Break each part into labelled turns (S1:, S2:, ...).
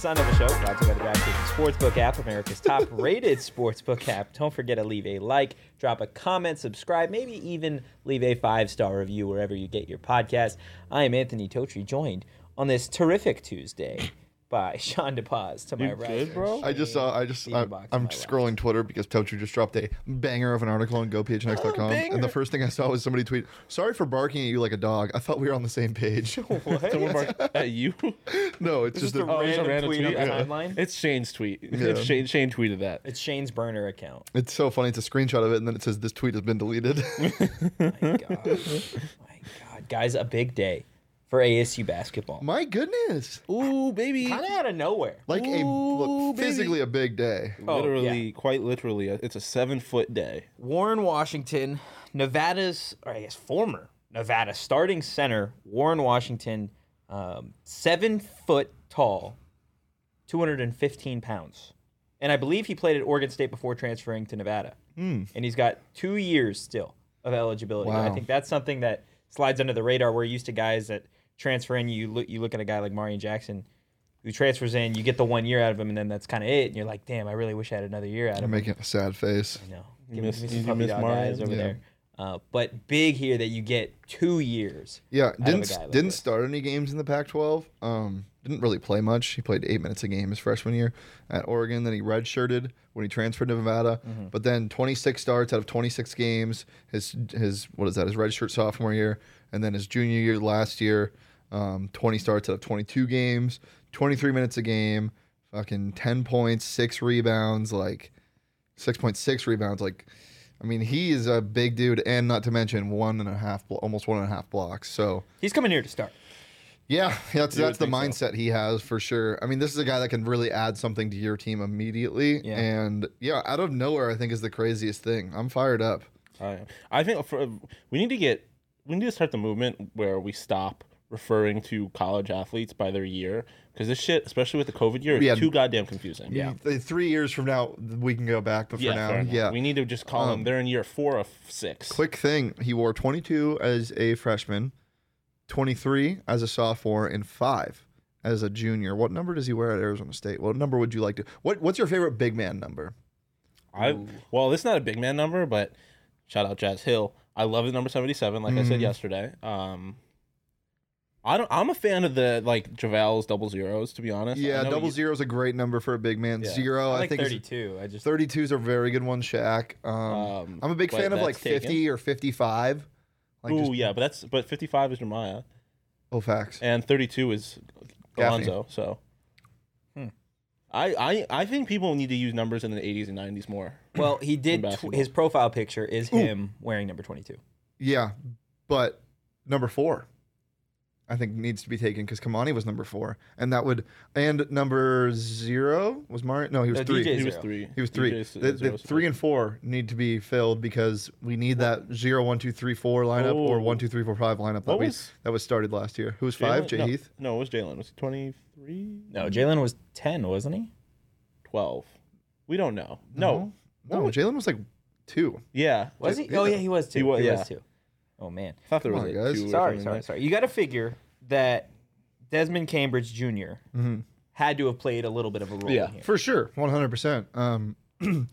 S1: son of a show, brought to you by the DraftKings Sportsbook app, America's top rated sportsbook app. Don't forget to leave a like, drop a comment, subscribe, maybe even leave a five star review wherever you get your podcast. I am Anthony Totri, joined on this terrific Tuesday by Sean DePaz to my
S2: You
S1: right.
S2: good, bro?
S3: I just saw. I just.
S1: Steven
S3: I,
S1: Box
S3: I'm
S1: highlights.
S3: scrolling Twitter because Tochu just dropped a banger of an article on
S2: Oh,
S3: GoPHNX.com, and the first thing I saw was somebody tweet, "Sorry for barking at you like a dog. I thought we were on the same page."
S2: Someone barked at you.
S3: no, it's just,
S1: Just a
S3: a,
S2: just a
S1: random,
S2: random
S1: tweet,
S2: tweet?
S1: on the
S2: Yeah.
S1: timeline.
S2: It's Shane's tweet.
S3: Yeah.
S2: It's Shane. Shane tweeted that.
S1: It's Shane's burner account.
S3: It's so funny. It's a screenshot of it, and then it says this tweet has been deleted.
S1: My God. My God. Guys, a big day for ASU basketball.
S3: My goodness,
S2: Ooh, baby.
S1: Kind of out of nowhere.
S3: like a
S2: Ooh,
S3: look,
S2: baby.
S3: physically a big day.
S1: Oh, yeah.
S2: Literally, quite literally, uh, it's a seven foot day.
S1: Warren Washington, Nevada's, or I guess former Nevada starting center, Warren Washington, um, seven foot tall, 215 pounds. And I believe he played at Oregon State before transferring to Nevada. And he's got two years still of eligibility. I
S3: Wow.
S1: think that's something that slides under the radar. We're used to guys that transfer in. You look, you look at a guy like Marion Jackson who transfers in, you get the one year out of him, and then that's kind of it. And you're like, damn, I really wish I had another year out of him.
S3: I'm making a sad face.
S1: No, give,
S2: You
S1: me-
S2: miss-
S1: give me
S2: you
S1: some puppy
S2: miss
S1: dog
S2: Mario?
S1: eyes over
S3: Yeah.
S1: there. Uh, but big here that you get two years.
S3: Yeah,
S1: a
S3: didn't
S1: guy like
S3: didn't
S1: this.
S3: start any games in the Pac-12. Um, didn't really play much. He played eight minutes a game his freshman year at Oregon. Then he redshirted when he transferred to Nevada.
S1: Mm-hmm.
S3: But then 26 starts out of 26 games. His his what is that? His redshirt sophomore year, and then his junior year last year. Um, 20 starts out of 22 games. 23 minutes a game. Fucking 10 points, six rebounds, like 6.6 rebounds, like. I mean, he is a big dude, and not to mention one and a half, blo- almost one and a half blocks. So
S1: He's coming here to start.
S3: yeah, that's
S2: You would
S3: that's the
S2: think
S3: mindset he has for sure. I mean, this is a guy that can really add something to your team immediately.
S1: Yeah.
S3: And yeah, out of nowhere, I think is the craziest thing. I'm fired up.
S2: I am. I think for, we need to get we need to start the movement where we stop referring to college athletes by their year because this shit, especially with the COVID year, is
S3: Yeah.
S2: too goddamn confusing.
S3: Th- Three years from now, we can go back, but for
S2: Yeah, fair
S3: now,
S2: enough.
S3: yeah. Um,
S2: We need to just call them. They're in year four of six.
S3: Quick thing: he wore 22 as a freshman, 23 as a sophomore, and five as a junior. What number does he wear at Arizona State? What number would you like to? What What's your favorite big man number?
S2: I well, this is not a big man number, but shout out Jazz Hill. I love the number seventy seven, like I
S3: Mm.
S2: said yesterday. Um I don't I'm a fan of the like JaVale's double zeros, to be honest. I
S3: Yeah,
S2: know
S3: double
S2: you-
S3: zero is a great number for a big man.
S2: Yeah.
S3: Zero,
S1: I
S3: I,
S1: like
S3: think, is-
S1: 32. I just
S3: 32 is a very good one, Shaq. Um,
S2: Um,
S3: I'm a big
S2: but
S3: fan of like
S2: that's taken.
S3: 50 or 55. Like
S2: Ooh,
S3: just,
S2: yeah, Eh. but that's but fifty five is Jeremiah.
S3: oh, facts.
S2: and 32 is
S3: Gaffney. Hmm.
S2: Alonzo. So, I, I I think people need to use numbers in the 80s and 90s more.
S1: well, he did. Tw-
S2: basketball.
S1: his profile picture is him wearing number 22.
S3: Yeah, but number four, I think needs to be taken because Kamani was number four, and that would and number zero was Mario. No, he was
S1: No,
S3: three.
S1: DJ
S2: He was
S1: Zero.
S2: three.
S3: He was three.
S2: DJ's, uh,
S3: The, the
S2: zeros.
S3: three and four need to be filled because we need that zero, one, two, three, four lineup
S2: Oh.
S3: or one, two, three, four, five lineup that
S2: What
S3: we
S2: was-
S3: that was started last year. Who was five?
S2: Jalen-
S3: Jay
S2: no,
S3: Heath.
S2: No, it was Jalen. Was he 23?
S1: No, Jalen was 10, wasn't he?
S2: 12. We don't know. No.
S3: Uh-huh. No, Jalen was like two.
S2: Yeah.
S1: Was
S3: J-
S1: he? Oh yeah, he was too. He was,
S2: was, yeah.
S1: too. Oh man.
S2: I thought there
S3: Come
S2: was
S3: on,
S2: a
S3: guys.
S2: two or
S1: Sorry,
S2: something
S1: sorry,
S2: like-
S1: sorry. You got to figure that Desmond Cambridge junior had to have played a little bit of a role.
S2: Mm-hmm. Yeah.
S1: in here.
S3: For sure, one hundred percent. Um,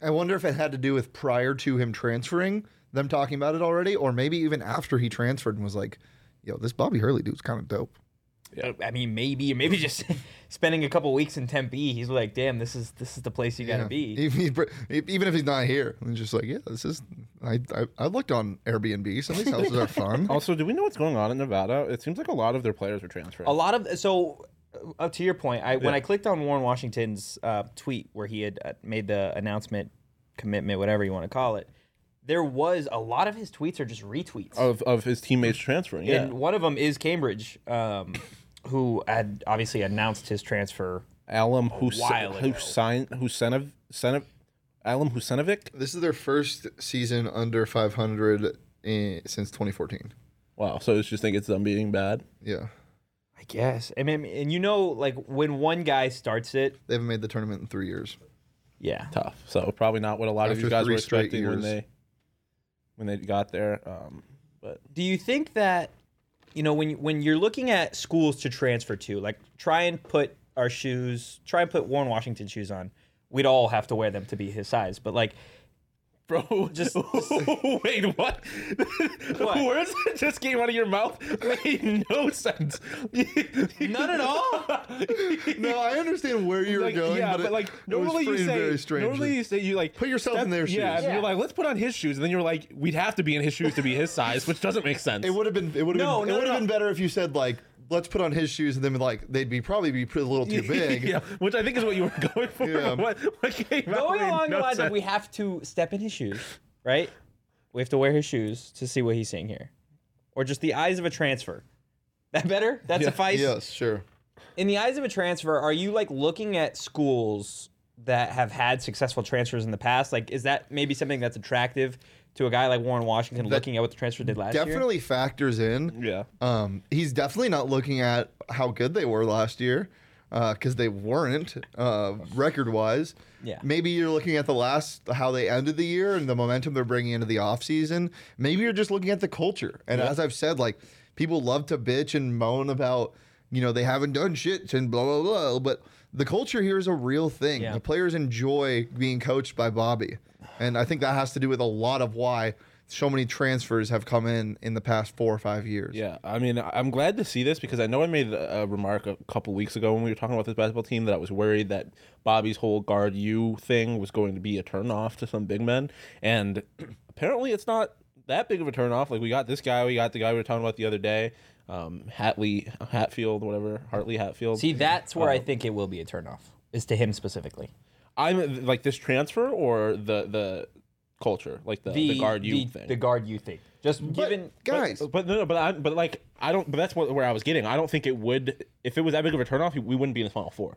S3: I wonder if it had to do with prior to him transferring, them talking about it already, or maybe even after he transferred and was like, "Yo, this Bobby Hurley dude's kind of dope."
S1: Uh, I mean, maybe, maybe just spending a couple weeks in Tempe. He's like, damn, this is this is the place you gotta
S3: Yeah.
S1: be.
S3: Even, if- even if he's not here, and just like, "Yeah, this is." I, I I looked on Airbnb. Some of these houses are fun.
S2: Also, do we know what's going on in Nevada? It seems like a lot of their players are transferring.
S1: a lot of so uh, up to your point I, when i clicked on warren washington's uh, tweet where he had uh, made the announcement commitment whatever you want to call it there was a lot of his tweets are just retweets
S2: of, of his teammates transferring. Oh, Yeah.
S1: and one of them is cambridge um, who had obviously announced his transfer
S2: Alam
S1: while
S2: Hussein,
S1: ago.
S2: Hussein, Husseinovic, Senov, Alam Husseinovic.
S3: This is their first season under five hundred since twenty fourteen.
S2: Wow. So it's just think it's them being bad.
S3: Yeah,
S1: i guess i mean and you know like when one guy starts it
S3: they haven't made the tournament in three years.
S1: yeah
S2: tough. So probably not what a lot of
S3: After
S2: these guys were
S3: three straight
S2: expecting when
S3: years.
S2: they when they got there. Um, but
S1: do you think that you know when when you're looking at schools to transfer to like try and put our shoes, try and put Warren Washington shoes on, we'd all have to wear them to be his size. But like,
S2: Bro, just, wait. What? The words that just came out of your mouth made no sense.
S1: none at all.
S3: No, I understand where you're
S2: Like,
S3: going,
S2: yeah,
S3: but,
S2: but,
S3: it-
S2: like
S3: it was
S2: normally you
S3: framed
S2: say
S3: very strange.
S2: normally you say you like
S3: Put yourself in their
S2: Yeah, and
S3: shoes.
S1: Yeah.
S2: you're like, let's put on his shoes, and then you're like, we'd have to be in his shoes to be his size, which doesn't make sense.
S3: It would have been. It would have
S1: No,
S3: been.
S1: no,
S3: it would have
S1: no.
S3: been better if you said like, "Let's put on his shoes," and then like they'd be probably be a little too big.
S2: yeah, which I think is what you were going for.
S3: Yeah.
S2: What, what came out
S1: Going
S2: made
S1: along
S2: no
S1: the lines of
S2: sense.
S1: we have to step in his shoes, right? We have to wear his shoes to see what he's seeing here, or just the eyes of a transfer. That better? That suffice.
S3: Yes, sure.
S1: in the eyes of a transfer, are you like looking at schools that have had successful transfers in the past? Like, is that maybe something that's attractive to a guy like Warren Washington looking at what the transfer did last year?
S3: Definitely factors in.
S2: Yeah.
S3: Um, he's definitely not looking at how good they were last year, because they weren't uh, record wise.
S1: Yeah.
S3: Maybe you're looking at the last how they ended the year and the momentum they're bringing into the offseason. Maybe you're just looking at the culture. And as I've said, like people love to bitch and moan about you know they haven't done shit and blah blah blah, but the culture here is a real thing.
S1: Yeah.
S3: The players enjoy being coached by Bobby, and I think that has to do with a lot of why so many transfers have come in in the past four or five years.
S2: Yeah, I mean, I- I'm glad to see this because I know I made a a remark a couple weeks ago when we were talking about this basketball team that I was worried that Bobby's whole guard you thing was going to be a turnoff to some big men, and apparently it's not that big of a turnoff. Like we got this guy, we got the guy we were talking about the other day, um, Hatley Hatfield, whatever Hartley Hatfield.
S1: See, that's where
S2: Oh.
S1: I think it will be a turnoff, is to him specifically.
S2: I'm like this transfer or the the culture, like the, the, guard you
S1: the,
S2: thing.
S1: the guard you thing. Just given
S3: Guys,
S2: But no, no, but I, but like I don't. But that's what, where I was getting. I don't think it would. If it was that big of a turnoff, we wouldn't be in the final four.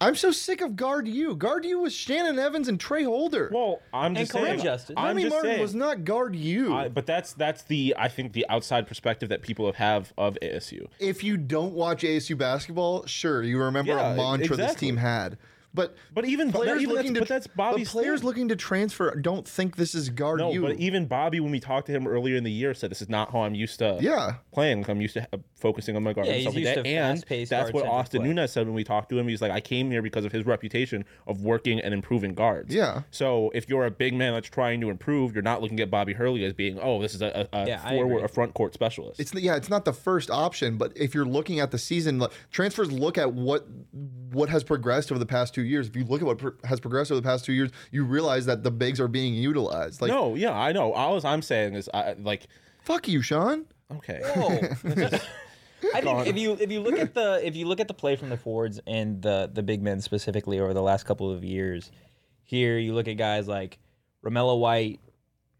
S3: I'm so sick of guard you. Guard you was Shannon Evans and Trey Holder.
S2: Well, I'm just
S1: Kareem
S2: saying.
S1: Justin.
S2: I'm
S3: Remy
S2: just
S3: Martin
S2: saying.
S3: was not guard you.
S2: I- but that's that's the I think the outside perspective that people have of ASU.
S3: if you don't watch ASU basketball, sure, you remember
S2: Yeah, e-
S3: a mantra this
S2: exactly.
S3: team had. But
S2: But even but
S3: players
S2: even that's,
S3: looking to
S2: but that's Bobby's
S3: but players
S2: thing.
S3: looking to transfer don't think this is guard
S2: No,
S3: you.
S2: but e- even Bobby, when we talked to him earlier in the year, said this is not how I'm used to
S3: Yeah.
S2: playing. Like, I'm used to uh, focusing on my guard
S1: Yeah,
S2: and
S1: he's
S2: stuff like
S1: used
S2: that.
S1: to
S2: And
S1: fast-paced
S2: that's what
S1: guard-centric
S2: Austin
S1: play.
S2: Nunes said when we talked to him. He's like, I came here because of his reputation of working and improving guards.
S3: Yeah.
S2: So if you're a big man that's trying to improve, you're not looking at Bobby Hurley as being, oh, this is a, a, a
S1: Yeah, I
S2: forward,
S1: agree.
S2: a front court specialist.
S3: it's yeah, it's not the first option, but if you're looking at the season, like, transfers look at what what has progressed over the past two years. If you look at what pro- has progressed over the past two years, you realize that the bigs are being utilized. Like,
S2: no, yeah, I know. All I'm saying is, I, like,
S3: fuck you, Sean.
S2: okay.
S1: Whoa. I think if you if you look at the if you look at the play from the forwards and the the big men specifically over the last couple of years, here you look at guys like Romello White,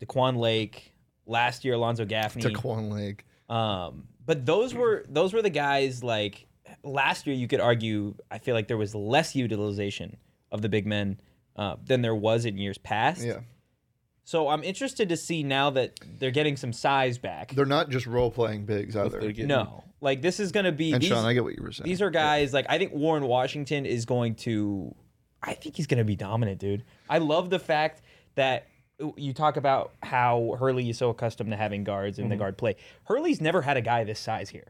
S1: DeQuan Lake, last year Alonzo Gaffney.
S3: Taquan Lake.
S1: Um, but those were those were the guys like last year. You could argue. I feel like there was less utilization of the big men uh, than there was in years past.
S3: Yeah.
S1: So I'm interested to see now that they're getting some size back.
S3: They're not just role playing bigs either.
S2: They're getting-
S1: no, like this is going to be
S3: and
S1: these,
S3: Sean, I get what you were saying.
S1: these are guys like I think Warren Washington is going to I think he's going to be dominant, dude. I love the fact that you talk about how Hurley is so accustomed to having guards in the
S3: Mm-hmm.
S1: guard play. Hurley's never had a guy this size here.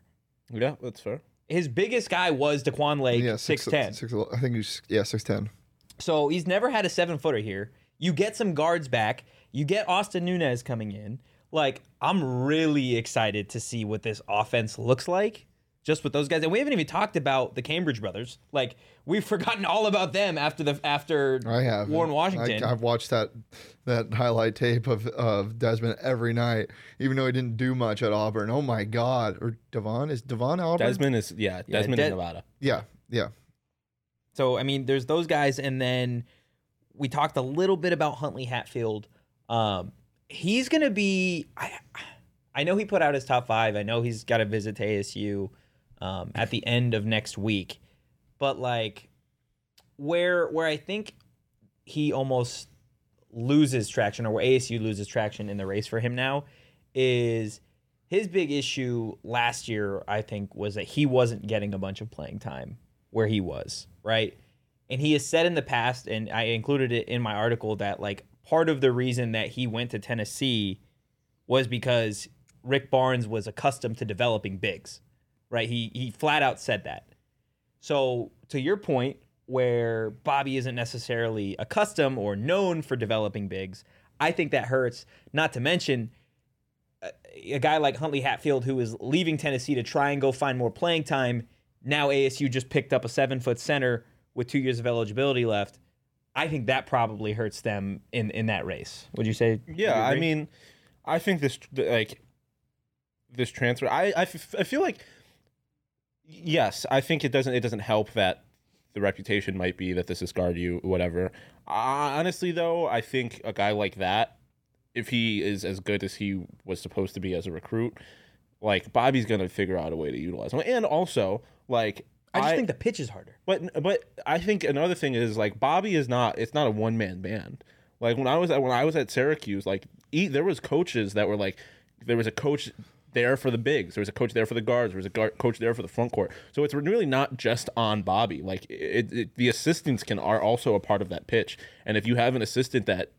S2: Yeah, that's fair.
S1: His biggest guy was Daquan Lake,
S3: yeah,
S1: six
S3: six
S1: ten.
S3: six- I think he's yeah, six ten.
S1: So he's never had a seven footer here. You get some guards back. You get Austin Nunez coming in. Like I'm really excited to see what this offense looks like, just with those guys. And we haven't even talked about the Cambridge brothers. Like we've forgotten all about them after the after
S3: I have
S1: Warren Washington.
S3: I, have watched that that highlight tape of, of Desmond every night, even though he didn't do much at Auburn. Oh my God! Or Devon is Devon Auburn?
S2: Desmond is, yeah, Desmond
S1: De-
S2: is Nevada.
S3: Yeah, yeah.
S1: So I mean, there's those guys, and then we talked a little bit about Huntley Hatfield. Um, he's gonna be. I, I know he put out his top five. I know he's got a visit to ASU um, at the end of next week, but like where where I think he almost loses traction, or where ASU loses traction in the race for him now, is his big issue last year, I think, was that he wasn't getting a bunch of playing time where he was, right? And he has said in the past, and I included it in my article, that like part of the reason that he went to Tennessee was because Rick Barnes was accustomed to developing bigs, right? He he flat out said that. So to your point, where Bobby isn't necessarily accustomed or known for developing bigs, I think that hurts. Not to mention a, a guy like Huntley Hatfield who is leaving Tennessee to try and go find more playing time. Now ASU just picked up a seven foot center with two years of eligibility left. I think that probably hurts them in in that race. Would you say?
S2: Yeah,
S1: you
S2: I
S1: agree?
S2: mean, I think this like this transfer. I I, f- I feel like yes, I think it doesn't it doesn't help that the reputation might be that this is you whatever. Uh, honestly, though, I think a guy like that, if he is as good as he was supposed to be as a recruit, like Bobby's gonna figure out a way to utilize him. And also, like
S1: I just think the pitch is harder.
S2: But but I think another thing is like Bobby is not it's not a one man band. Like when I was at when I was at Syracuse, like e, there was coaches that were like there was a coach there for the bigs, there was a coach there for the guards, there was a guard, coach there for the front court. So it's really not just on Bobby. Like it, it, the assistants can are also a part of that pitch. And if you have an assistant that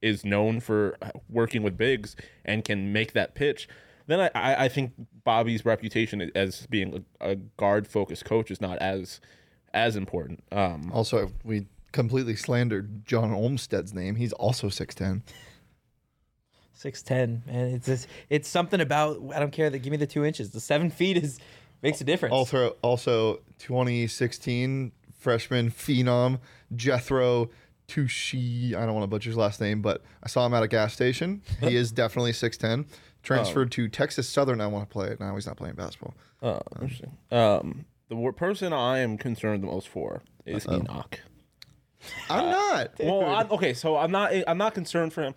S2: is known for uh, working with bigs and can make that pitch, then I, I, I think Bobby's reputation as being a, a guard focused coach is not as as important. Um,
S3: Also, we completely slandered John Olmstead's name. He's also 6'10.
S1: Six ten, man. It's just, it's something about I don't care that give me the two inches. The seven feet is makes a difference.
S3: Also, also 2016 freshman phenom Jethro Tushi. I don't want to butcher his last name, but I saw him at a gas station. He is definitely 6'10.
S1: Oh.
S3: Transferred to Texas Southern. I want to play it. Now he's not playing basketball.
S2: oh, interesting. Um, the wor- person I am concerned the most for is Enoch.
S3: I'm not.
S2: Well, I'm, okay, so I'm not I'm not concerned for him,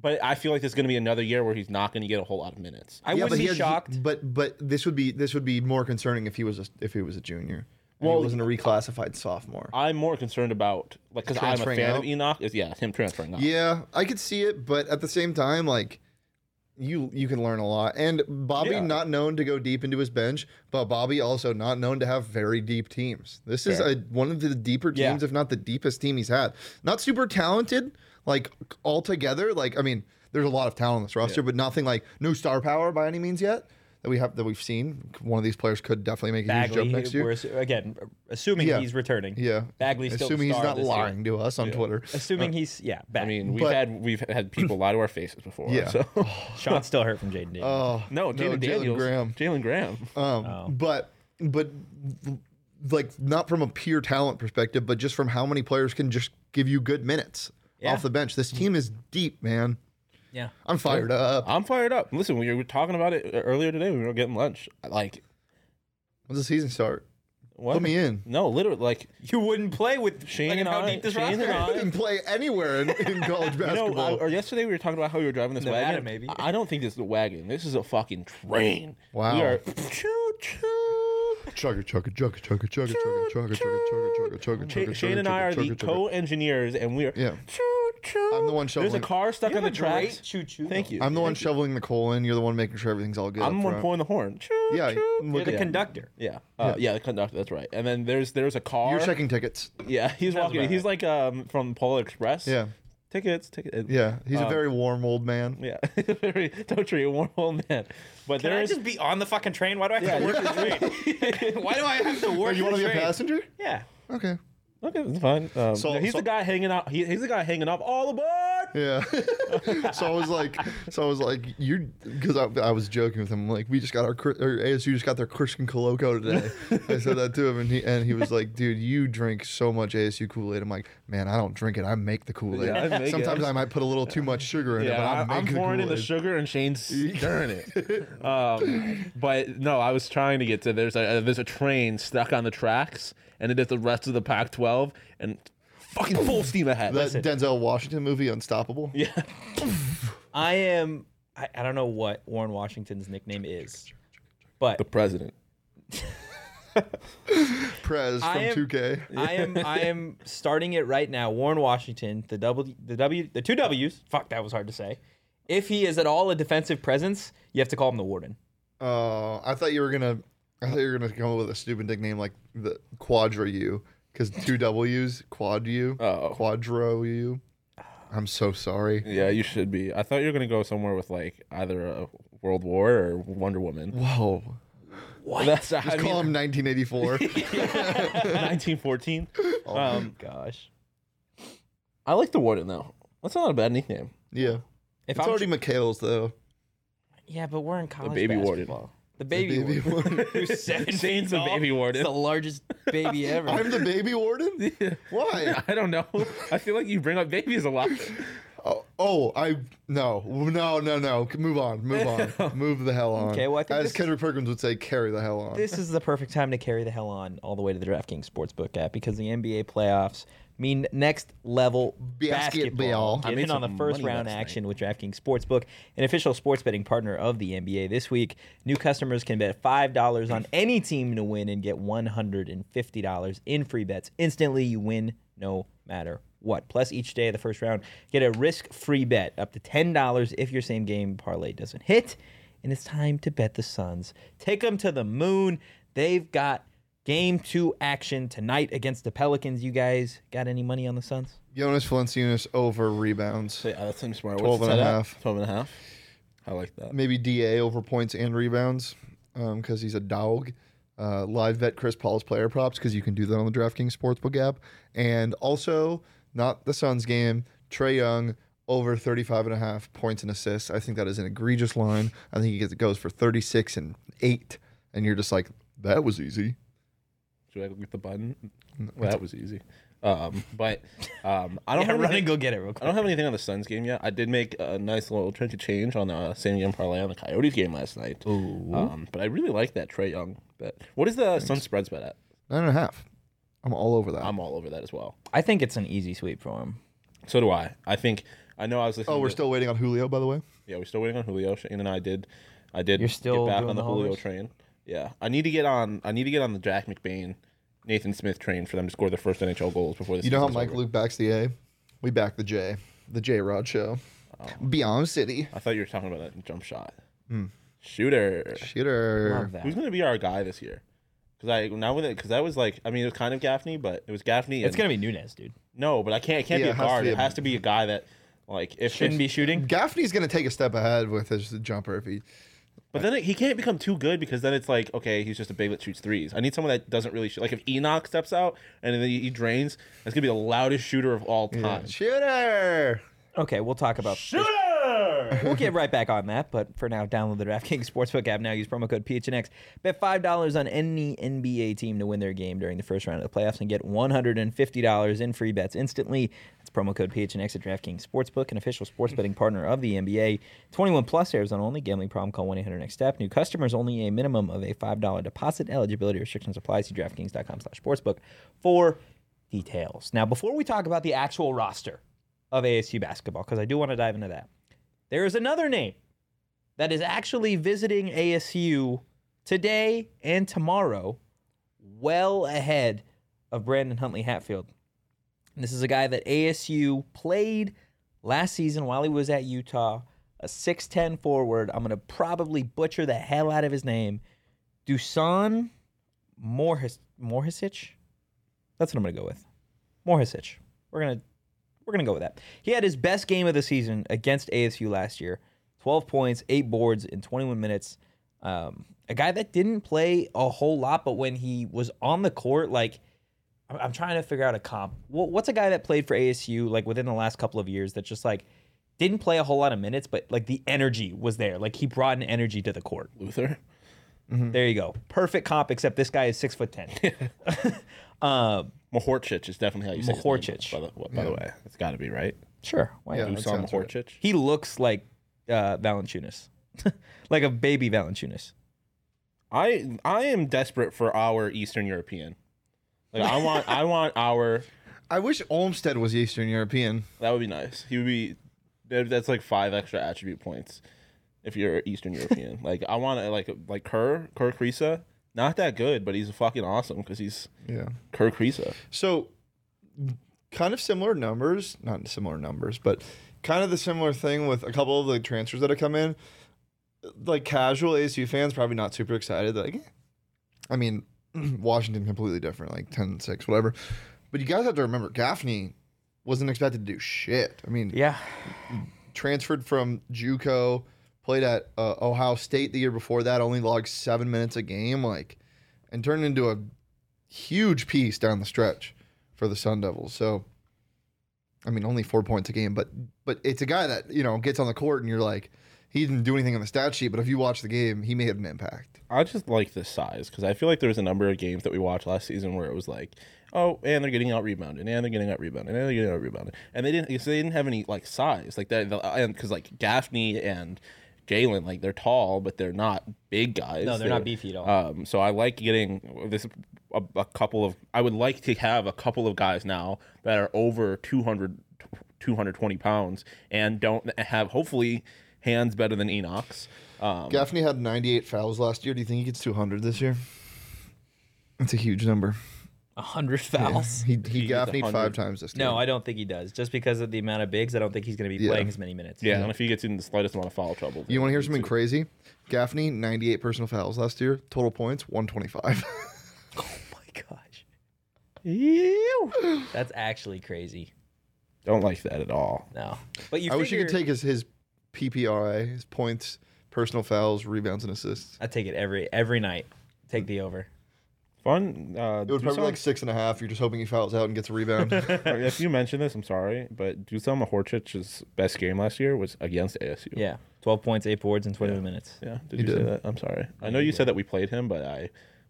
S2: but I feel like there's going to be another year where he's not going to get a whole lot of minutes.
S1: I
S3: Yeah, but
S1: wouldn't
S3: he
S1: be
S3: had-
S1: shocked.
S3: But but this would be this would be more concerning if he was a, if he was a junior. Well, he wasn't a reclassified sophomore.
S2: I'm more concerned about like because I'm a
S3: Transferring
S2: fan
S3: out?
S2: of Enoch. Is yeah, him transferring out.
S3: Yeah, I could see it, but at the same time, like you you can learn a lot. And Bobby
S2: Yeah.
S3: not known to go deep into his bench, but Bobby also not known to have very deep teams. This is a, one of the deeper
S2: Yeah.
S3: teams, if not the deepest team he's had. Not super talented, like altogether. Like I mean, there's a lot of talent on this roster, but nothing like no star power by any means yet. That we have that we've seen. One of these players could definitely make a huge
S1: Bagley,
S3: jump next
S1: who- we're
S3: year.
S1: assu- again assuming
S3: Yeah.
S1: he's returning.
S3: Yeah,
S1: Bagley's still the
S3: assuming he's
S1: star
S3: not
S1: this year.
S3: lying to us on Twitter.
S1: Assuming he's yeah. Back.
S2: I mean, we've
S3: But-
S2: had we've had people lie to our faces before.
S3: Yeah.
S2: So
S1: Sean's still hurt from Jaden. Daniels.
S3: Oh
S2: no, Jaden Daniels,
S3: Graham.
S2: Jalen Graham.
S3: Um,
S2: Oh.
S3: But but like not from a pure talent perspective, but just from how many players can just give you good minutes
S1: Yeah.
S3: off the bench. This team is deep, man.
S1: yeah.
S3: I'm fired up.
S2: I'm fired up. Listen, we were talking about it uh, earlier today. when We were getting lunch. Like,
S3: When's the season start?
S2: what?
S3: Put me in.
S2: No, literally, like
S1: You wouldn't play with
S2: Shane
S1: like,
S2: and
S1: how
S2: I-
S1: deep this
S2: Shane
S1: roster
S2: and
S1: is.
S2: I-
S3: I didn't play anywhere in, in college
S2: you know,
S3: basketball.
S2: I- or yesterday we were talking about how you were driving this
S1: Nevada,
S2: wagon.
S1: maybe.
S2: I I don't think this is a wagon. This is a fucking train.
S3: Wow.
S2: We are choo choo.
S3: chugga chugga chugga chugga chugga chugga chugga chugga chugga chugga chugga chugga.
S2: Sh- Shane and I are the
S3: chugga, chugga.
S2: co-engineers, and we are
S3: Yeah.
S2: choo choo.
S3: I'm the one
S2: There's a
S3: shoveling-
S2: car stuck
S1: You
S2: on
S1: have
S2: the
S1: a great
S2: tracks.
S1: choo-choo.
S2: Thank you.
S3: I'm the one
S2: Thank you.
S3: shoveling the coal in. You're the one making sure everything's all good.
S2: I'm
S3: up
S2: the one
S3: front.
S2: pulling the horn. Choo
S3: Yeah,
S2: choo.
S3: I'm
S1: You're
S3: looking-
S1: the conductor.
S2: Yeah. Uh, yeah, the conductor. That's right. And then there's there's a car.
S3: You're checking tickets.
S2: Yeah, he's walking.
S1: about
S2: He's like um from Polar Express.
S3: Yeah,
S2: tickets, tickets.
S3: yeah. He's a very warm old man.
S2: Uh, yeah. Very- Don't treat a warm old man. But
S1: Can
S2: there
S1: I
S2: is
S1: just be on the fucking train? Why do I have to work the train? Why do I have to work?
S3: You want
S1: the
S3: to be a
S1: train?
S3: passenger?
S1: Yeah.
S3: Okay.
S2: okay, it's fine. Um,
S3: So-
S2: no, he's
S3: so-
S2: the guy hanging out. He, he's the guy hanging up all aboard.
S3: Yeah. so I was like, so I was like, you, because I, I was joking with him. I'm like, we just got our, Chris- or ASU just got their Christian Coloco today. I said that to him, and he, and he was like, dude, you drink so much ASU Kool Aid. I'm like, man, I don't drink it. I make the Kool Aid.
S2: Yeah, I make it.
S3: Sometimes I might put a little too much sugar in it, but I
S2: Yeah,
S3: make
S2: I, am
S3: the
S2: pouring in the
S3: Kool-Aid.
S2: sugar and Shane's stirring it. Um, but no, I was trying to get to there's a uh, there's a train stuck on the tracks, and it is the rest of the Pac-12, and fucking full steam ahead.
S3: That Denzel Washington movie, Unstoppable.
S2: yeah,
S1: I am. I, I don't know what Warren Washington's nickname is, but
S2: the president.
S3: Prez from
S1: I am-
S3: 2K.
S1: I am. I am starting it right now. Warren Washington, the W, the W, the two Ws. Fuck, that was hard to say. If he is at all a defensive presence, you have to call him the warden.
S3: Oh, I thought you were gonna. I thought you were gonna come up with a stupid nickname like the Quadra U, because two W's, Quad U,
S2: Oh.
S3: Quadro U. I'm so sorry.
S2: Yeah, you should be. I thought you were gonna go somewhere with like either a World War or Wonder Woman.
S3: Whoa,
S1: What?
S2: That's I
S3: Just
S2: mean,
S3: call him 1984.
S2: 1914.
S3: Oh my
S2: um,
S1: Gosh.
S2: I like the Warden though. That's not a bad nickname.
S3: yeah.
S1: If
S3: it's
S1: I'm
S3: already McHale's though.
S1: yeah, but we're in college.
S2: baby warden.
S1: basketball. The baby,
S3: baby
S1: warden.
S3: warden.
S1: Who's seven
S2: Shane's
S1: feet
S2: the
S1: tall.
S2: baby warden.
S1: It's the largest baby ever.
S3: I'm the baby warden. Why?
S2: I don't know. I feel like you bring up babies a lot.
S3: Oh, oh, I no, no, no, no. Move on, move on, move the hell on.
S1: Okay, well, I think
S3: as
S1: this-
S3: Kendrick Perkins would say, carry the hell on.
S1: this is the perfect time to carry the hell on all the way to the DraftKings Sportsbook app because the NBA playoffs mean next level
S3: Basketball.
S1: basketball.
S3: I
S1: Get
S2: made
S1: in on the
S2: some
S1: first
S2: money
S1: round
S2: last
S1: action with DraftKings Sportsbook, an official sports betting partner of the NBA. This week, new customers can bet $5 on any team to win and get $150 in free bets. Instantly, you win no matter what. Plus, each day of the first round, get a risk free bet up to $10 if your same game parlay doesn't hit and it's time to bet the Suns. Take them to the moon. They've got game two action tonight against the Pelicans. You guys got any money on the Suns?
S3: Jonas Valanciunas over rebounds.
S2: yeah, that seems smart.
S3: 12 and a half.
S2: 12 and a half. I like that.
S3: Maybe Da over points and rebounds because he's a dog. Uh, live vet Chris Paul's player props because you can do that on the DraftKings Sportsbook app, and also not the Suns game. Trey Young over 35 and a half points and assists. I think that is an egregious line. I think he gets, goes for 36 and eight, and you're just like that was easy.
S2: Should I click the button? Well, that was easy. Um, but um, I don't
S1: Yeah,
S2: have
S1: run and
S2: anything,
S1: go get it real
S2: I
S1: quick.
S2: don't have anything on the Suns game yet. I did make a nice little try to change on the same game parlay on the Coyotes game last night. Um, but I really like that Trey Young bet. What is the Sun spreads bet at?
S3: Nine and a half. I'm all over that.
S2: I'm all over that as well.
S1: I think it's an easy sweep for him.
S2: So do I. I think I know I was listening.
S3: oh, we're
S2: to-
S3: still waiting on Julio, by the way.
S2: Yeah, we're still waiting on Julio. Shane and I did. I did
S1: You're still
S2: get back
S1: doing
S2: on the,
S1: the
S2: Julio
S1: homers?
S2: train. Yeah, I need to get on. I need to get on the Jack McBain, Nathan Smith train for them to score their first NHL goals before the
S3: You know how
S2: season's
S3: Mike
S2: over.
S3: Luke backs the A? We back the J, the J Rod Show.
S2: Oh.
S3: Beyond City
S2: I thought you were talking about that jump shot.
S3: Hmm.
S2: Shooter.
S3: shooter.
S1: Love that.
S2: Who's gonna be our guy this year? Because I now with it because that was like I mean it was kind of Gaffney, but it was Gaffney.
S1: It's
S2: and-
S1: gonna be Nunes, dude.
S2: no, but I can't. It can't
S3: Yeah,
S2: be
S3: it
S2: a
S3: has to
S2: guard.
S3: be
S2: It
S3: a-
S2: has to be a guy that like if
S1: Shouldn't be
S2: if-
S1: shooting.
S3: Gaffney's gonna take a step ahead with his jumper if he.
S2: But then it, he can't become too good because then it's like, okay, he's just a big that shoots threes. I need someone that doesn't really shoot. Like if Enoch steps out and then he drains, that's gonna be the loudest shooter of all time.
S3: Shooter.
S1: Okay, we'll talk about shooter. we'll get right back on that, but for now, download the DraftKings Sportsbook app now. Use promo code PHNX. Bet five dollars on any NBA team to win their game during the first round of the playoffs and get one hundred and fifty dollars in free bets instantly. That's promo code PHNX at DraftKings Sportsbook, an official sports betting partner of the NBA. Twenty-one plus, Arizona only. Gambling problem? Call one eight hundred Next Step. New customers only. A minimum of a five dollar deposit. Eligibility restrictions apply. See DraftKings.com/sportsbook for details. Now, before we talk about the actual roster of ASU basketball, because I do want to dive into that, there is another name that is actually visiting ASU today and tomorrow, well ahead of Brandon Huntley Hatfield. And this is a guy that ASU played last season while he was at Utah, a 6'10 forward. I'm going to probably butcher the hell out of his name. Dusan Morhis- Morhisic? That's what I'm going to go with. Morhisic. We're going to we're gonna go with that. He had his best game of the season against ASU last year. Twelve points, eight boards in twenty-one minutes. Um, a guy that didn't play a whole lot, but when he was on the court, like I'm, I'm trying to figure out a comp. Wha- what's a guy that played for ASU like within the last couple of years that just like didn't play a whole lot of minutes, but like the energy was there. Like he brought an energy to the court.
S2: Luther.
S1: There you go, perfect comp. Except this guy is six foot ten. uh,
S2: Mahorchich is definitely how you say his name,
S1: Mahorchich.
S2: By, the, by the way, it's got to be right.
S1: sure, why
S3: Yeah.
S1: not?
S3: That
S2: Dusan
S3: sounds right.
S2: Mahorchich.
S1: He looks like uh, Valanciunas, like a baby Valanciunas.
S2: I I am desperate for our Eastern European. Like I want I want our
S3: I wish Olmsted was Eastern European.
S2: that would be nice. He would be that- that's like five extra attribute points if you're Eastern European. like I want to like like Kerr Kerr Krisa. Not that good, but he's fucking awesome because he's
S3: Yeah.
S2: Kerr Krisa.
S3: So, kind of similar numbers, not similar numbers, but kind of the similar thing with a couple of the transfers that have come in. Like casual ASU fans, probably not super excited. They're Like, eh. I mean, Washington completely different, like 10 6, whatever. But you guys have to remember, Gaffney wasn't expected to do shit. I mean,
S1: Yeah,
S3: transferred from JUCO Played at uh, Ohio State the year before that, only logged seven minutes a game, like, and turned into a huge piece down the stretch for the Sun Devils. So, I mean, only four points a game, but but it's a guy that you know gets on the court and you're like, he didn't do anything on the stat sheet, but if you watch the game, he made an impact.
S2: I just like the size because I feel like there was a number of games that we watched last season where it was like, oh, and they're getting out rebounded, and they're getting out rebounded, and they're getting out rebounded, and they didn't, so they didn't have any like size like that, and because like Gaffney and Jalen, like they're tall, but they're not big guys.
S1: No, they're not beefy at all.
S2: Um, so I like getting this a, a couple of. I would like to have a couple of guys now that are over 200, 220 pounds and don't have hopefully hands better than Enoch's. Um,
S3: Gaffney had 98 fouls last year. Do you think he gets 200 this year? That's a huge number.
S1: A hundred fouls.
S3: He he,
S2: He gets
S3: Gaffneyed
S2: 100.
S3: five times this year.
S1: No, I don't think he does. Just because of the amount of bigs, I don't think he's going to be
S3: Yeah.
S1: playing as many minutes.
S2: Yeah, and if he gets in the slightest amount of foul trouble,
S3: You want to hear
S2: then
S3: something
S2: it's-
S3: crazy? Gaffney, 98 personal fouls last year. Total points, 125.
S1: Oh my gosh,
S2: Ew.
S1: that's actually crazy.
S2: Don't like that at all.
S1: No, but you.
S3: I wish you could
S1: figure-
S3: take his, his PPRA, his points, personal fouls, rebounds, and assists.
S1: I take it every every night. Take the over.
S2: Fun. Uh,
S3: It was
S2: do
S3: probably
S2: some-
S3: like six and a half. You're just hoping he fouls out and gets a rebound.
S2: if you mention this, I'm sorry, but Dusan Mahorchic's best game last year was against ASU.
S1: Yeah, twelve points, eight boards in twenty minutes.
S2: Yeah, Did
S3: He
S2: you say
S3: did.
S2: that? I'm sorry. I know you said that we played him, but I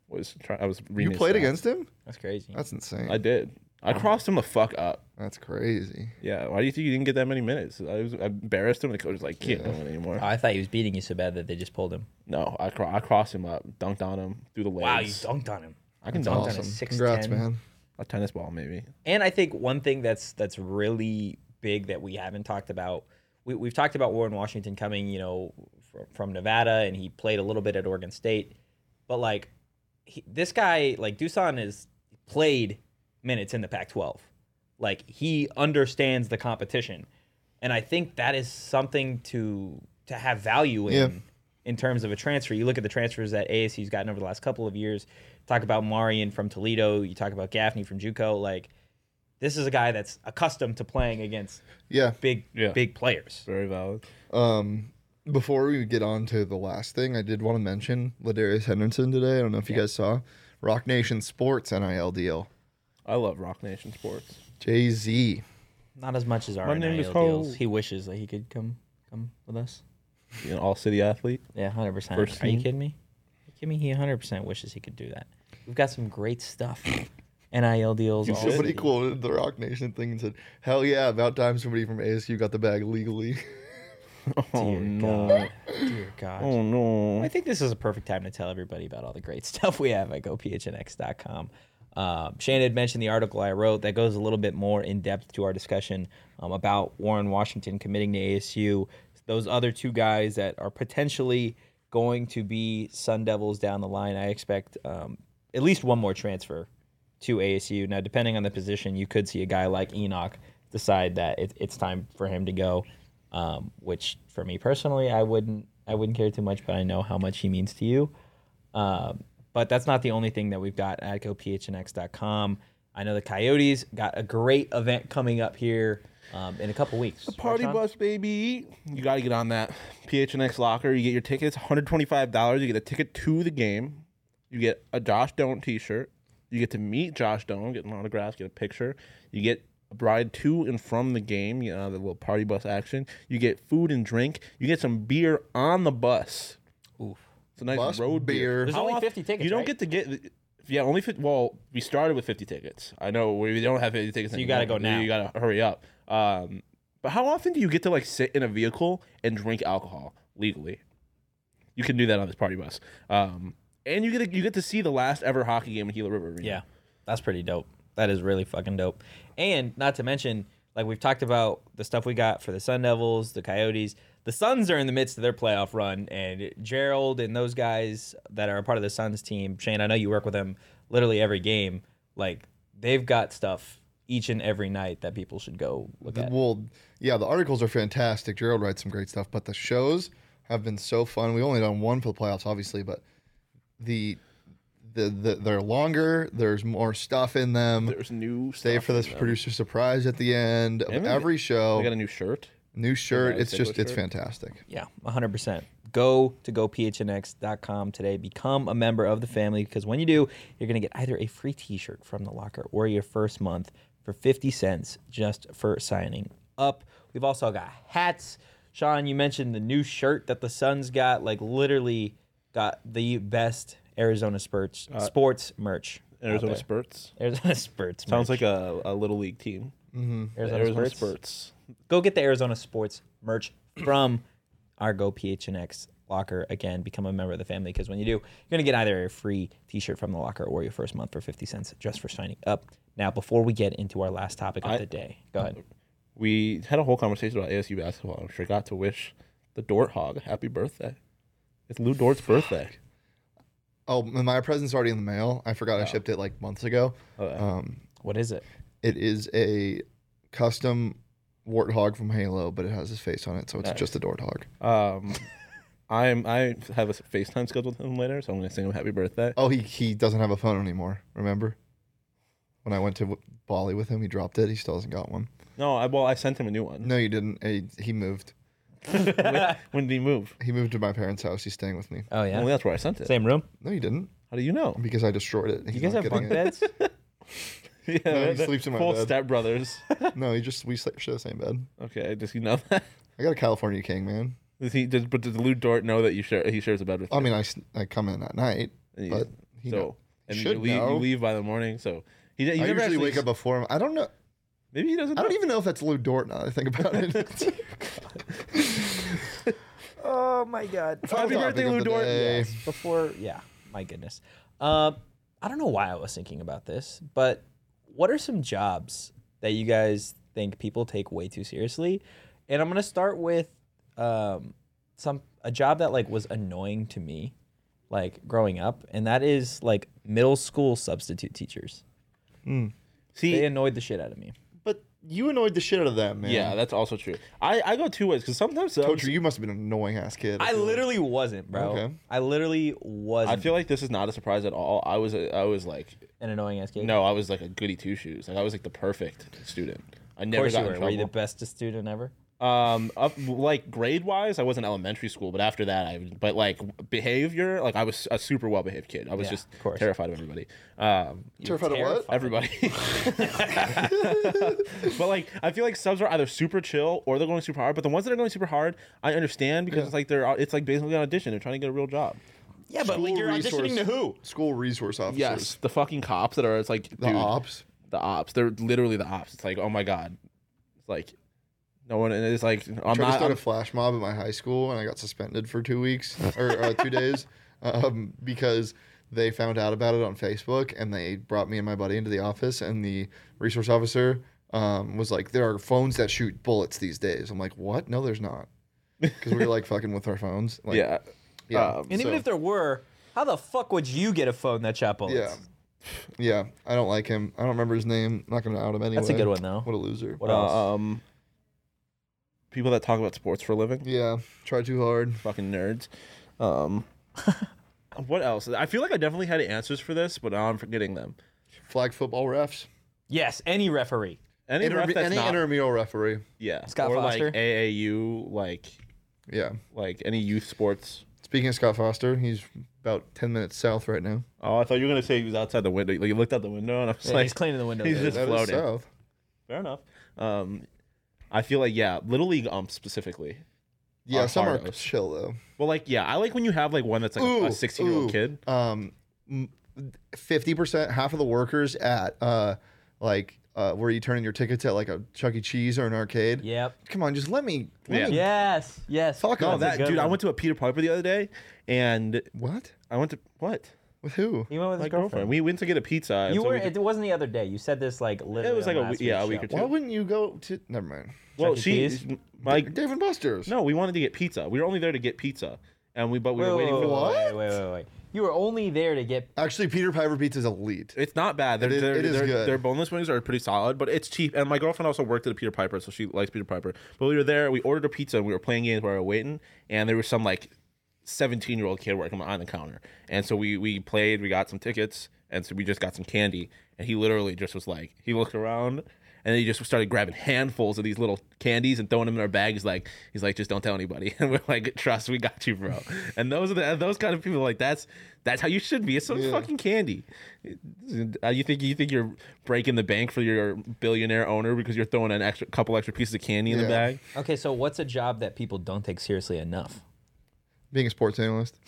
S2: was trying. I was
S3: you
S2: reading. his
S3: played
S2: stats.
S3: against Oh. him?
S1: That's crazy.
S3: That's insane.
S2: I did. I crossed him the fuck up.
S3: That's crazy.
S2: Yeah. Why do you think you didn't get that many minutes? I was I embarrassed him. The coach was like, can't do it anymore.
S1: Oh, I thought he was beating you so bad that they just pulled him.
S2: no, I cro- I crossed him up, dunked on him, threw the legs.
S1: Wow, you dunked on him.
S2: I can dunk
S1: Dunked on his
S3: Awesome.
S1: 6'10.
S3: Congrats, man.
S2: a tennis ball maybe.
S1: And I think one thing that's that's really big that we haven't talked about. We, we've talked about Warren Washington coming, you know, from, from Nevada, and he played a little bit at Oregon State, but like he, this guy, like Dusan, has played minutes in the Pac-12. Like he understands the competition, and I think that is something to to have value in
S3: Yeah.
S1: in terms of a transfer. You look at the transfers that ASU's gotten over the last couple of years. Talk about Marion from Toledo. You talk about Gaffney from JUCO. Like this is a guy that's accustomed to playing against
S3: Yeah.
S1: big
S2: Yeah.
S1: big players.
S2: Very valid.
S3: Um, before we get on to the last thing, I did want to mention Ladarius Henderson today. I don't know if you guys saw Rock Nation Sports NIL deal.
S2: I love Rock Nation Sports.
S3: Jay Z.
S1: Not as much as our
S2: My name is
S1: NIL deals.
S2: Ho.
S1: He wishes that he could come come with us.
S2: You know, all city athlete.
S1: Yeah, hundred percent. Are
S2: First
S1: you
S2: team.
S1: kidding me? Are you kidding me? He hundred percent wishes he could do that. We've got some great stuff. NIL deals.
S2: Oh,
S1: all
S3: Somebody
S1: city.
S3: quoted the Rock Nation thing and said, "Hell yeah! About time somebody from ASU got the bag legally."
S2: Oh
S1: Dear
S2: no.
S1: God. Dear God.
S2: Oh
S1: I
S2: no.
S1: think this is a perfect time to tell everybody about all the great stuff we have at gophnx.com. Um, Shane had mentioned the article I wrote that goes a little bit more in depth to our discussion um, about Warren Washington committing to ASU. Those other two guys that are potentially going to be Sun Devils down the line. I expect um, at least one more transfer to ASU. Now, depending on the position, you could see a guy like Enoch decide that it, it's time for him to go. Um, which, for me personally, I wouldn't I wouldn't care too much, but I know how much he means to you. Um, but that's not the only thing that we've got at gophnx.com. I know the Coyotes got a great event coming up here um, in a couple weeks.
S2: Party
S1: Right, Sean?
S2: bus, baby. You got to get on that. PHNX locker. You get your tickets, $125. You get a ticket to the game. You get a Josh Don't t shirt. You get to meet Josh Don't, get an autograph, get a picture. You get a ride to and from the game, you know, the little party bus action. You get food and drink. You get some beer on the bus.
S1: Oof.
S2: It's a nice
S3: Bus
S2: road
S3: beer.
S2: beer.
S1: There's
S2: How
S1: only
S2: oft-
S1: 50 tickets,
S2: You don't
S1: right?
S2: get to get. Yeah, only 50. Well, we started with 50 tickets. I know we don't have 50 tickets.
S1: you gotta
S2: anymore.
S1: go now.
S2: You got to hurry up. Um, but how often do you get to like sit in a vehicle and drink alcohol legally? You can do that on this party bus. Um, and you get to, you get to see the last ever hockey game in Gila River Arena.
S1: Yeah, that's pretty dope. That is really fucking dope. And not to mention, like we've talked about the stuff we got for the Sun Devils, the Coyotes. The Suns are in the midst of their playoff run, and Gerald and those guys that are a part of the Suns team, Shane, I know you work with them literally every game. Like they've got stuff each and every night that people should go look at.
S3: well, yeah, the articles are fantastic. Gerald writes some great stuff, but the shows have been so fun. We've only done one for the playoffs, obviously, but the the, the they're longer. There's more stuff in them.
S2: There's new
S3: Stay
S2: stuff
S3: for
S2: in
S3: this
S2: them.
S3: producer surprise at the end of
S2: And we-
S3: every
S2: I
S3: show.
S2: got a new shirt.
S3: New shirt.
S2: Nevada
S3: It's
S2: State
S3: just
S2: Coast
S3: it's
S2: shirt.
S3: fantastic.
S1: Yeah, 100%. Go to gophnx.com today. Become a member of the family because when you do, you're going to get either a free t shirt from the locker or your first month for 50 cents just for signing up. We've also got hats. Sean, you mentioned the new shirt that the Suns got, like literally got the best Arizona Spurts,
S2: Uh,
S1: sports merch. out
S2: Arizona
S1: there.
S2: Spurts.
S1: Arizona Spurts.
S2: Sounds
S1: merch.
S2: like a, a little league team.
S1: Arizona,
S2: Arizona
S1: Spurts.
S2: Spurts.
S1: go get the Arizona sports merch from our Go PHNX locker again. Become a member of the family because when you do, you're gonna get either a free T-shirt from the locker or your first month for fifty cents just for signing up. Now, before we get into our last topic of
S2: I-
S1: the day, go ahead.
S2: We had a whole conversation about ASU basketball, and forgot to wish the Dort Hog a happy birthday. It's Lou Dort's birthday.
S3: Oh, m- my present's already in the mail. I
S2: Oh.
S3: forgot I shipped it like months ago.
S2: Okay.
S3: Um,
S1: What is it?
S3: it is a custom warthog from Halo, but it has his face on it, so it's
S2: Nice.
S3: just a warthog.
S2: Um, I'm I have a FaceTime scheduled with him later, so I'm gonna sing him happy birthday.
S3: Oh, he he doesn't have a phone anymore. Remember when I went to w- Bali with him? He dropped it. He still hasn't got one.
S2: No, I well I sent him a new one.
S3: No, you didn't. He, he moved.
S2: when, when did he move?
S3: He moved to my parents' house. He's staying with me.
S1: Oh yeah,
S2: Well, that's where I sent it.
S1: same room.
S3: No, you didn't,
S2: How do you know?
S3: because I destroyed it. He's
S1: You guys
S3: not
S1: have
S3: getting
S1: bunk
S3: it.
S1: beds?
S2: yeah,
S3: No, he
S2: the
S3: sleeps in my
S2: full
S3: bed.
S2: step brothers.
S3: No, he just we sleep- share the same bed.
S2: okay, does he know that?
S3: I got a California king, man.
S2: Does he? Does, but does Lou Dort know that you share? He shares a bed with you?
S3: I mean, I, s- I come in at night,
S2: And you-
S3: but he
S2: so
S3: know-
S2: and
S3: should
S2: you leave,
S3: know.
S2: you leave by the morning. So he, he
S3: I
S2: never
S3: usually
S2: actually,
S3: wake up before him. I don't know.
S2: Maybe he doesn't.
S3: I don't
S2: know.
S3: even know if that's Lou Dort now. that I think about it.
S1: oh my god.
S2: Happy
S3: Topic
S2: birthday,
S3: of
S2: Lou
S3: the
S2: Dort.
S3: day.
S1: Yes, before, yeah, my goodness. Um, I don't know why I was thinking about this, but what are some jobs that you guys think people take way too seriously? And I'm gonna start with um, some a job that like was annoying to me, like growing up, and that is like middle school substitute teachers. They
S2: See,
S1: annoyed the shit out of me.
S3: But you annoyed the shit out of that man.
S2: yeah, that's also true. I, I go two ways because sometimes I'm-
S3: Coach, you must have been an annoying ass kid.
S1: I literally wasn't, bro.
S3: Okay.
S1: I literally
S2: I
S1: wasn't
S2: feel like this is not a surprise at all. I was a, I was like
S1: an annoying ass kid.
S2: no, I was like a goody two shoes. Like I was like the perfect student. I
S1: of
S2: never
S1: course
S2: got
S1: you
S2: in
S1: were.
S2: trouble.
S1: Were you the bestest student ever?
S2: Um, up like grade wise, I was in elementary school, but after that, I but like behavior, like I was a super well behaved kid. I was
S1: Yeah,
S2: just
S1: of course.
S2: terrified of everybody. Um,
S3: terrified of what?
S1: terrified.
S2: everybody. but like, I feel like subs are either super chill or they're going super hard. But the ones that are going super hard, I understand because it's like they're it's like basically an audition. They're trying to get a real job.
S1: Yeah, but
S3: School
S1: like you're
S3: resource-
S1: auditioning to who?
S3: School resource officers.
S2: Yes, the fucking cops that are it's like
S3: The
S2: dude,
S3: ops.
S2: the ops. They're literally the ops. It's like oh my god, it's like no one. And it's like I'm
S3: tried to
S2: not.
S3: start
S2: I'm-
S3: a flash mob at my high school, and I got suspended for two weeks or uh, two days um, because they found out about it on Facebook, and they brought me and my buddy into the office, and the resource officer um, was like, "There are phones that shoot bullets these days." I'm like, "What? No, there's not," because we were like fucking with our phones. Like,
S2: yeah.
S3: yeah,
S2: Um,
S1: And even
S3: So-
S1: if there were, how the fuck would you get a phone that shot bullets?
S3: yeah. Yeah, I don't like him. I don't remember his name. I'm not gonna out him anyway.
S1: That's a good one, though.
S3: What a loser.
S1: What else?
S2: Um, people that talk about sports for a living,
S3: Yeah, try too hard.
S2: fucking nerds. Um, what else? I feel like I definitely had answers for this, but now I'm forgetting them.
S3: Flag football refs.
S1: yes, any referee.
S2: Any ref
S3: Interve-
S2: that's
S3: any
S2: not-
S3: intramural referee.
S2: yeah,
S1: Scott
S2: or
S1: Foster?
S2: like AAU, like
S3: Yeah.
S2: like any youth sports.
S3: Speaking of Scott Foster, he's about 10 minutes south right now.
S2: Oh, I thought you were gonna say he was outside the window. Like you looked out the window, and I was
S1: Yeah,
S2: like,
S1: he's cleaning the window.
S2: he's
S1: there.
S2: just-
S3: That is
S2: floating.
S3: south.
S2: fair enough. Um, I feel like yeah, little league umps specifically.
S3: Yeah,
S2: Our
S3: some are
S2: hardos.
S3: chill though.
S2: Well, like yeah, I like when you have like one that's like a-
S3: Ooh,
S2: a 16 year
S3: ooh.
S2: old kid.
S3: Um, fifty percent, half of the workers at uh, like uh, where you turn in your tickets at like a Chuck E. Cheese or an arcade.
S1: Yep.
S3: Come on, just let me. Let
S2: Yeah.
S3: me
S1: Yes. Yes.
S3: Fuck
S2: No,
S3: on
S2: that dude, I went to a Peter Piper the other day, and
S3: What?
S2: I went to what?
S3: With who?
S1: He went with
S2: My
S1: his
S2: girlfriend.
S1: girlfriend.
S2: We went to get a pizza. and
S1: you
S2: so
S1: were.
S2: we could-
S1: It wasn't the other day. You said this like literally.
S2: was like
S1: on
S2: a
S1: last
S2: week- yeah,
S1: week's
S2: a week
S1: show.
S2: or two.
S3: Why wouldn't you go to? Never mind.
S2: well,
S1: E.
S2: she,
S1: Cheese?
S2: my
S3: Dave and Buster's.
S2: no, we wanted to get pizza. We were only there to get pizza, and we but we
S1: Wait,
S2: were
S1: wait,
S2: waiting
S1: wait,
S2: for.
S3: What?
S1: Wait, wait, wait, wait. You were only there to get.
S3: Actually, Peter Piper Pizza is elite.
S2: It's not bad. They're,
S3: It is-
S2: they're,
S3: it is
S2: they're-
S3: good.
S2: Their boneless wings are pretty solid, but it's cheap. And my girlfriend also worked at a Peter Piper, so she likes Peter Piper. But we were there. We ordered a pizza, and we were playing games while we were waiting. And there was some like seventeen year old kid working on the counter. And so we we played. We got some tickets, and so we just got some candy. And he literally just was like, he looked around. And then he just started grabbing handfuls of these little candies and throwing them in our bag. He's like, he's like, just don't tell anybody. And we're like, trust, we got you, bro. And those are the, those kind of people. Like that's that's how you should be. It's some fucking candy. Uh, You think you think you're breaking the bank for your billionaire owner because you're throwing an extra couple extra pieces of candy in the
S3: Yeah.
S2: bag?
S1: Okay, so what's a job that people don't take seriously enough?
S3: Being a sports analyst.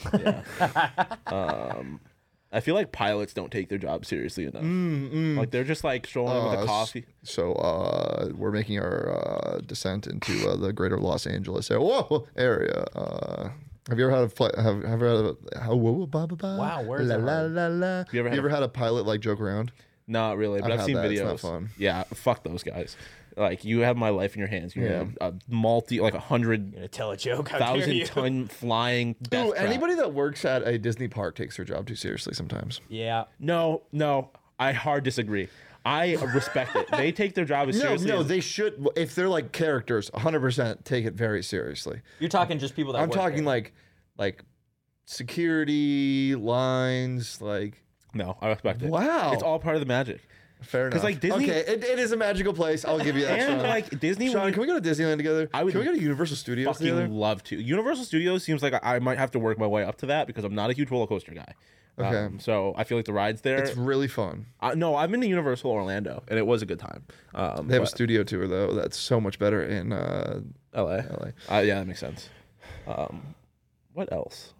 S2: I feel like pilots don't take their job seriously enough.
S3: Mm,
S2: Like they're just like strolling with
S3: Uh,
S2: a
S3: s-
S2: coffee.
S3: So uh, we're making our uh, descent into uh, the greater Los Angeles area. Whoa, area. Uh, have you ever had a flight? Have, have you ever had a how, whoa, whoa, ba, ba, ba,
S1: Wow, words
S3: la,
S1: are
S3: la,
S1: hard.
S3: la, la. You
S2: You
S3: ever,
S2: ever
S3: had,
S2: had
S3: a pilot like joke around?
S2: Not really, but I've,
S3: I've had
S2: seen
S3: that. It's
S2: videos.
S3: not fun.
S2: Yeah, fuck those guys. Like you have my life in your hands. You're
S3: Yeah.
S2: a, a multi, like a hundred
S1: You're gonna tell a joke? How dare
S2: thousand
S1: you?
S2: ton flying. Death
S3: Ooh,
S2: trap.
S3: anybody that works at a Disney park takes their job too seriously sometimes.
S1: yeah.
S2: No, no, I hard disagree. I respect it. They take their job as seriously.
S3: no, no,
S2: as-
S3: they should. If they're like characters, 100% take it very seriously.
S1: You're talking just people that
S3: I'm
S1: work
S3: talking
S1: there.
S3: like, like security lines, like
S2: no, I respect it.
S3: Wow.
S2: it's all part of the magic.
S3: Fair enough.
S2: 'Cause, like, Disney-
S3: okay, it, it is a magical place. I'll give you that.
S2: And
S3: Sean.
S2: like Disney,
S3: Sean,
S2: would
S3: can we go to Disneyland together?
S2: I would
S3: can we go to Universal Studios
S2: fucking
S3: together?
S2: love to. Universal Studios seems like I, I might have to work my way up to that because I'm not a huge roller coaster guy.
S3: Okay.
S2: Um, so I feel like the rides there.
S3: It's really fun.
S2: I, no, I've been to Universal Orlando, and it was a good time. Um,
S3: They have a
S2: but-
S3: studio tour though. That's so much better in uh,
S2: LA.
S3: LA.
S2: Uh, yeah, that makes sense. Um, what else?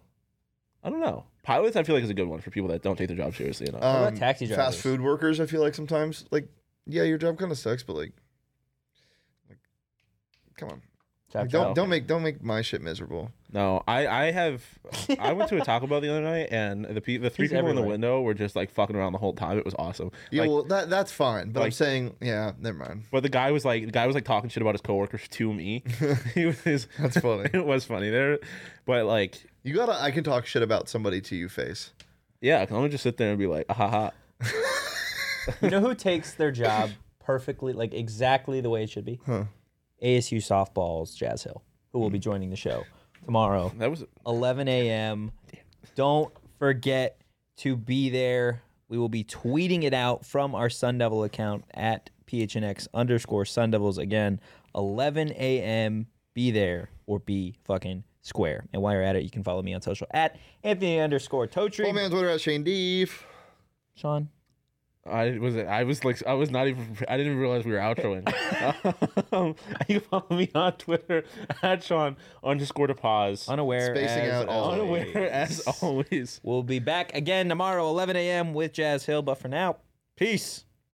S2: I don't know. Pilots, I feel like is a good one for people that don't take their job seriously enough.
S1: about
S3: um,
S1: taxi drivers?
S3: fast food workers. I feel like sometimes, like, yeah, your job kind of sucks, but like, like, come on, Like, don't don't make don't make my shit miserable.
S2: no, I, I have. I went to a Taco Bell the other night, and the pe- the three
S1: He's
S2: people in the
S1: everywhere.
S2: window were just like fucking around the whole time. It was awesome.
S3: Yeah,
S2: Like,
S3: well, that that's fine. But I'm
S2: like-
S3: saying, yeah, never mind.
S2: but the guy was like, the guy was like talking shit about his coworkers to me. he was.
S3: That's funny.
S2: it was funny there, but like,
S3: You gotta. I can talk shit about somebody to you face.
S2: yeah, 'cause I'm gonna just sit there and be like, ah, ha ha.
S1: You know who takes their job perfectly, like exactly the way it should be?
S3: Huh. Mm.
S1: ASU softballs, Jazz Hill, who will be joining the show tomorrow,
S2: That was
S1: 11 a.m. Don't forget to be there. We will be tweeting it out from our Sun Devil account at phnx underscore Sun Devils again. 11 a.m. Be there or be fucking square. And while you're at it, you can follow me on social at Anthony underscore Totri.
S3: Old Oh, man Twitter at Shane Deef.
S1: Sean,
S2: I was I was like I was not even I didn't even realize we were outroing. um, you can follow me on Twitter at Sean underscore to pause.
S1: unaware.
S3: Spacing
S1: as
S3: out all-
S1: always.
S2: Unaware as always.
S1: We'll be back again tomorrow, 11 a.m. with Jazz Hill. But for now, peace.